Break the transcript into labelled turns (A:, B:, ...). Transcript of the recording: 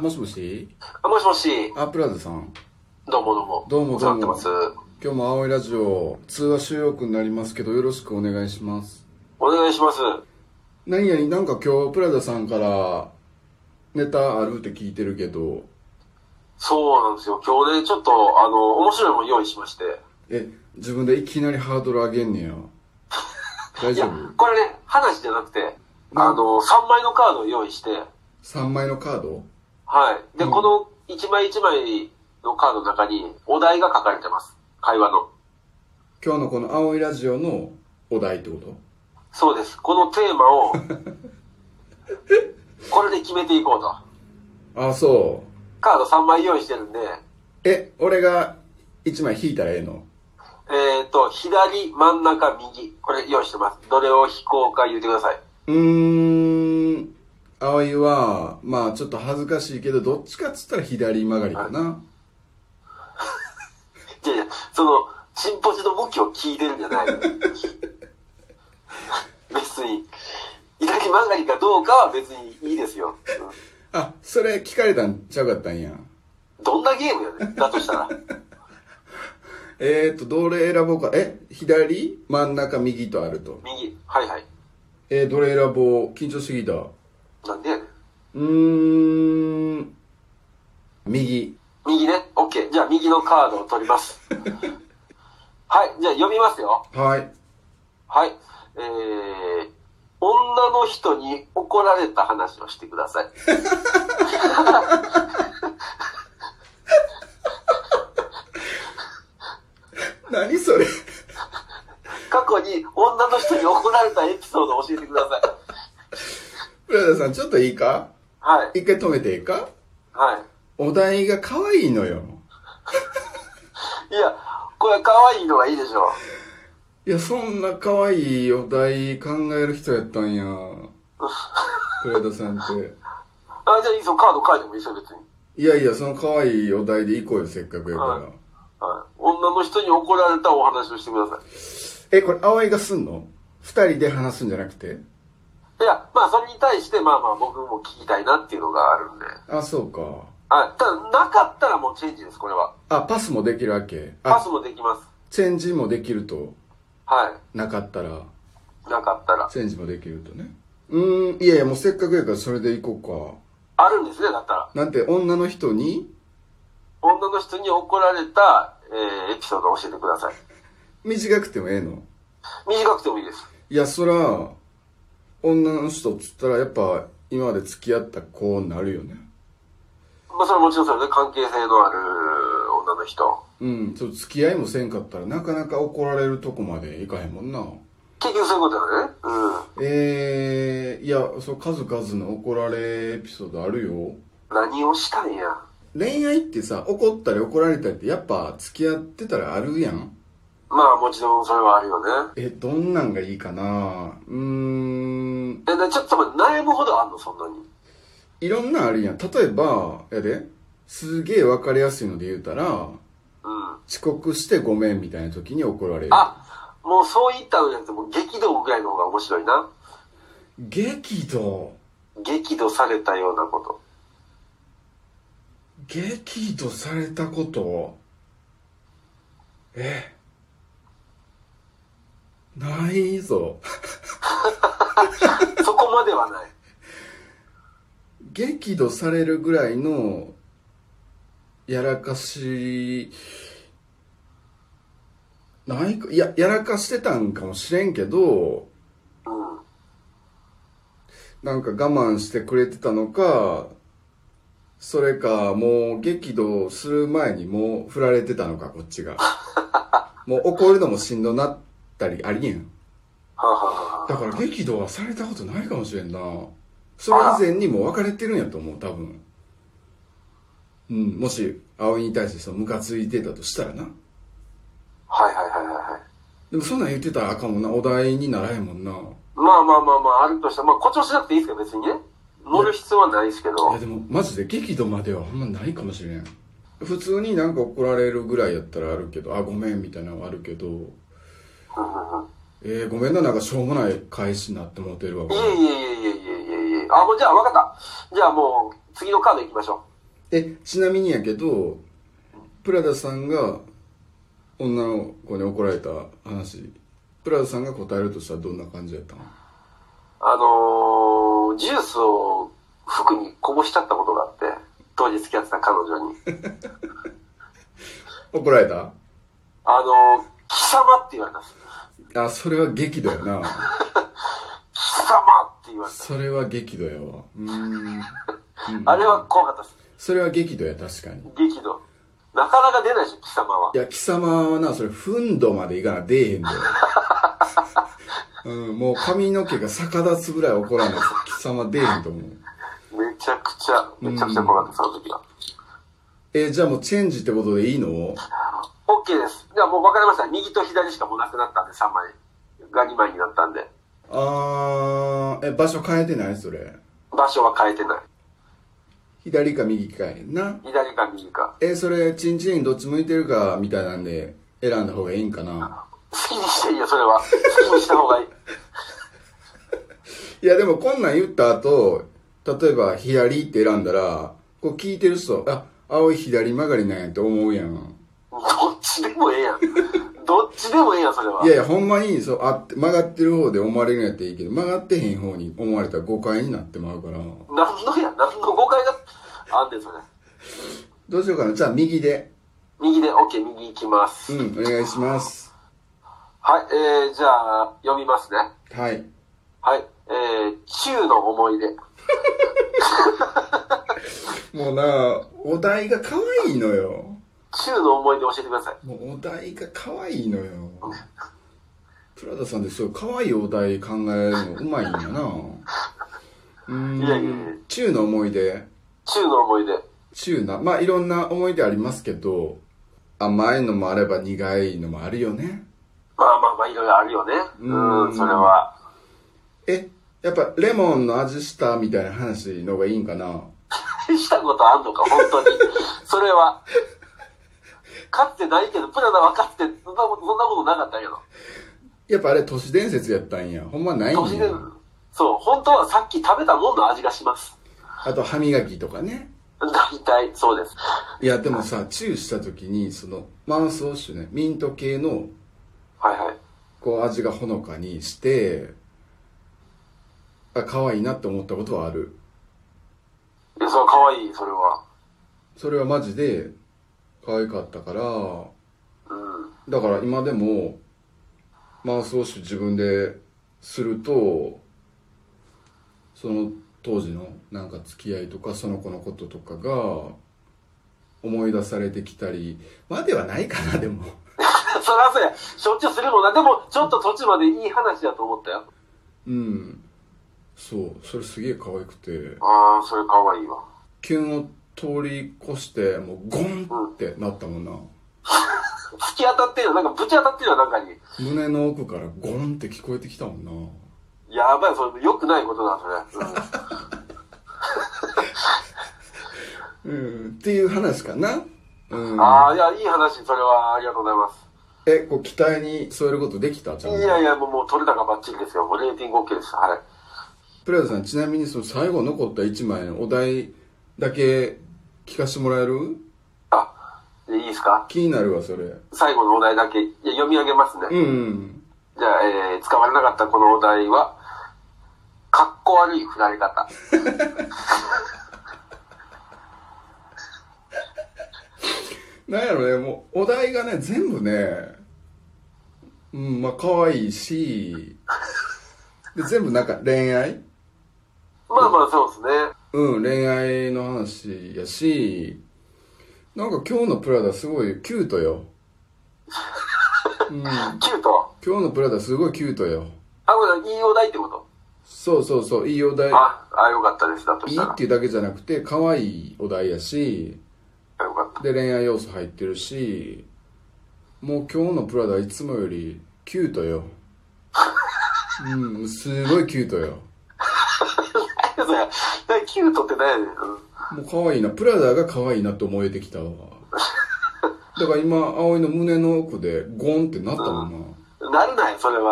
A: もしもし
B: あもしもし、
A: あプラズさん
B: どうもどうも。
A: どうもどうも
B: お世話になってます。
A: 今日も青いラジオ通話収録になりますけどよろしくお願いします
B: お願いします。
A: 何やなんか今日プラザさんからネタあるって聞いてるけど
B: そうなんですよ。今日ね、ちょっと、あの、面白いもん用意しまして。
A: え自分でいきなりハードル上げんねや大
B: い
A: 丈
B: や
A: 夫、
B: これね、話じゃなくて、
A: な
B: あの、3枚のカードを用意して、
A: 3枚のカード
B: はい。で、
A: うん
B: この1枚1枚のカードの中に、お題が書かれてます。会話の。
A: 今日のこの青いラジオのお題ってこと
B: そうです。このテー マを、これで決めていこうと。
A: あそ
B: カード3枚用意してるんで、
A: うえ俺が1枚引いたらええの
B: えっ、と、左、真ん中、右。これ用意してます。どれを引こうか言ってください。
A: うーん葵はまあちょっと恥ずかしいけどどっちかっつったら左曲がりかな
B: じゃじゃその、チンポジの向きを聞いてるんじゃない 別に、左曲がりかどうかは別にいいですよ。う
A: あそれ聞かれたんちゃうかったんや
B: んどんなゲームやねんだとしたら。
A: えーとどれ選ぼうかえ左真ん中右とあると
B: 右。はいはい。
A: えー、どれ選ぼう緊張しすぎたう
B: なんでやねん
A: ーん右
B: 右ね。オッケー。じゃあ右のカードを取ります。はい。じゃあ読みますよ。
A: はい
B: はい。えー、女の人に怒られた話をしてください。
A: 何それ
B: 過去に女の人に怒られたエピソードを教えてください。
A: プラダさんちょっといいか
B: はい。
A: 一回止めていいか
B: はい。
A: お題が可愛いのよ
B: いや、これ可愛いのがいいでしょ。
A: いやそんな可愛いお題考える人やった んやプラダさんって
B: あ、じゃあいいですよ。カード書いてもいいですよ、別に。
A: いやいやその可愛いお題でいこうよせっかくやから、
B: はいはい。女の人に怒られたお話をしてくださ
A: えこれ葵がすんの二人で話すんじゃなくて
B: い。いや、まあ、それに対して、まあまあ、僕も聞きたいなっていうのがあるんで。
A: あそうか
B: はい。ただ、なかったらもうチェンジです、これは。
A: あパスもできるわけ
B: パ
A: あ
B: スもできます。
A: チェンジもできると
B: は
A: なかったら
B: い。なかったら。
A: チェンジもできるとねうーんいやいやもうせっかくやからそれでいこう
B: あるんですね、だったら。
A: かなんて女の人に
B: 女の人に怒られた、えー、エピソードを教えてください。
A: 短くてもええの
B: 短くてもいいです。
A: いやそら女の人っつったらやっぱ今まで付き合った子になるよね
B: まあ、それはもちろんそれね、関係性のある女の人。
A: うんそう付き合いもせんかったらなかなか怒られるとこまでいかへんもんな
B: 結局そういうことだね。うん。
A: えー、いやそう数々の怒られエピソードあるよ
B: 何をしたんや。
A: 恋愛ってさ怒ったり怒られたりってやっぱ付き合ってたらあるやん
B: まあもちろんそれはあるよね。
A: えどんなんがいいかなうーん
B: え、なちょっと待って悩むほどあんのそんなに。
A: いろんなんあるやん例えばやですげえ分かりやすいので言うたら
B: うん。
A: 遅刻してごめんみたいな時に怒られる
B: あ、もうそういったのじゃなくて、もう激怒ぐらいの方が面白いな。
A: 激怒
B: 激怒されたようなこと。
A: 激怒されたことえないぞ
B: そこまではない。
A: 激怒されるぐらいのやらかしないかいややらかしてたんかもしれんけど
B: うん。
A: なんか我慢してくれてたのかそれかもう激怒する前にもう振られてたのかこっちがもう怒るのもしんどなったりありえん
B: はあ、はあはあ、
A: だから激怒はされたことないかもしれんなそれ以前にもう別れてるんやと思う多分うんもし葵に対してそのムカついてたとしたらな
B: はいはいはいはいはい。
A: でもそんなん言ってたらあかんもんなお題にならへんもんな
B: まあまあまあまあ、あるとしたら、まあ誇張しなくていいですけど、別にね。乗る必要はないですけど。
A: いやでもマジで激怒まではあんまないかもしれん普通になんか怒られるぐらいやったらあるけどあごめんみたいなのはあるけど
B: うんうんうん
A: えー、ごめんななんかしょうもない返しになってもうてるわ
B: いえいえいえいえいえいえいえ。あ、もうじゃあ分かった。じゃあもう、次のカード行きましょう。
A: え、ちなみにやけど、プラダさんが女の子に怒られた話、プラダさんが答えるとしたらどんな感じやったの
B: あのージュースを服にこぼしちゃったことがあって、当時付き合ってた彼女に。
A: 怒られた
B: あのー貴様って言われたんです。
A: あ、それは激怒やな。
B: 貴様って言われた。
A: それは激怒やわ。うーん。
B: あれは怖かったです。
A: それは激怒や、確かに。。
B: 激怒。なかなか出ないでしょ、貴様はい
A: や、貴様はな、それ、ふんどまでいかな、出えへんで。うん、もう髪の毛が逆立つぐらい怒らない。貴様出えへんと思う。
B: めちゃくちゃ、めちゃくちゃ怖かったです、その時は。
A: えじゃあもうチェンジってことでいいの
B: OK です。じゃあもう分かりました。右と左しかもうなくなったんで、3枚。が2枚になったんで。
A: あー、え、場所変えてないそれ。
B: 場所は変えてない。
A: 左か右かやねんな。
B: 左か右か。
A: え、それ、チンチンどっち向いてるか、みたいなんで、選んだ方がいいんかな。
B: 好きにしていいよ、それは。好きにした方がいい。
A: いや、でもこんなん言った後、例えば、左って選んだら、こう聞いてる人、あ、青い左曲がりなんやって思うやん。
B: どっちでもええやん。どっちでもええやん、それは。
A: いやいや、ほんまに、そう、あって、曲がってる方で思われるんやっていいけど、曲がってへん方に思われたら誤解になってまうから、
B: 何のや、何の誤解があんですよね。
A: どうしようかな。じゃあ、右で。
B: 右で、OK、右行きます。
A: うん、お願いします。
B: はい、えー、じゃあ、読みますね。
A: はい。
B: はい、えー、中の思い出。
A: もうな、お題が可愛いのよ。
B: 中の思い出教えてください。
A: もうお題が可愛いのよ。プラダさんでそういう可愛いお題考えるのうまいんやな。う
B: いやいやいや
A: ん。中の思い出。
B: 中の思い出。
A: 中な。まあいろんな思い出ありますけど、甘いのもあれば苦いのもあるよね。
B: まあまあまあ、いろいろあるよね。
A: うん
B: うん、それは。
A: え、やっぱレモンの味したみたいな話の方がいいんかな。
B: したことあんのか、本当に。それは。かつてないけど、プラダはかつて、そんなこと、そんなことなかったけど。
A: やっぱあれ都市伝説やったんや。ほんまない
B: 都
A: ん
B: 市伝
A: や
B: 説。そう、本当はさっき食べたもんの味がします。
A: あと歯磨きとかね。
B: 大体、そうです。
A: いやでもさ、チューした時にそのマウスウォッシュね、ミント系の
B: はいはい。
A: こう味がほのかにして、あ、可愛いなって思ったことはある。
B: え、それは可愛い、それは。
A: それはマジで可愛かったから、
B: うん。
A: だから今でもマウスウォッシュ自分ですると、その当時のなんか付き合いとかその子のこととかが思い出されてきたり、まではないかな、でも。
B: そらそうや。しょっちゅうするもんな。でも、ちょっと途中までいい話だと思ったよ。
A: うん。そう、それすげえ可愛くて。
B: ああ、それ可愛いわ。
A: キュンを通り越して、もうゴンってなったもんな。
B: 突き当たってるよ。なんか、ぶち当たってるよ、なんかに。
A: 胸の奥からゴンって聞こえてきたもんな。
B: やばい、それ、良くないことだ、それ。うん
A: うん、っていう話かな。うん。
B: ああ、いや、いい話、それは、ありがとうございます。
A: え、こう期待に添えることできたちゃん
B: い
A: と
B: やいや、もう、もう取れたかばっちりですよ。もう、レーティング OK です。はい。
A: プラザさん、ちなみにその最後残った1枚のお題だけ聞かせてもらえる
B: あ、でいいですか
A: 気になるわ、それ。
B: 最後のお題だけ、いや読み上げますね。
A: うん。
B: じゃあ、えー、使われなかったこのお題は、かっこ悪い振られ方。
A: なんやろね、もうお題がね、全部ね、うん、まあ可愛いし、で、全部なんか恋愛
B: まあまあ、そうですね。
A: うん、恋愛の話やし、なんか今日のプラダすごいキュートよ。うん、今
B: キュート。
A: 日のプラダすごいキュートよ。
B: あ、これ、いいお題ってこと
A: そうそうそう、いいお題。
B: あ、あ、よかったです。だと
A: い
B: し
A: い
B: た
A: っ
B: ら。
A: ていうだけじゃなくて、可愛いお題やし、
B: あよかった。
A: で恋愛要素入ってるし、もう今日のプラダいつもよりキュートよ。うん、すごいキュートよ。
B: それでキュートって何やねん。うん
A: もう可愛いな。プラダが可愛いなって思えてきたわ。だから今、葵の胸の奥でゴンってなったもんな。
B: なるなよ、それは。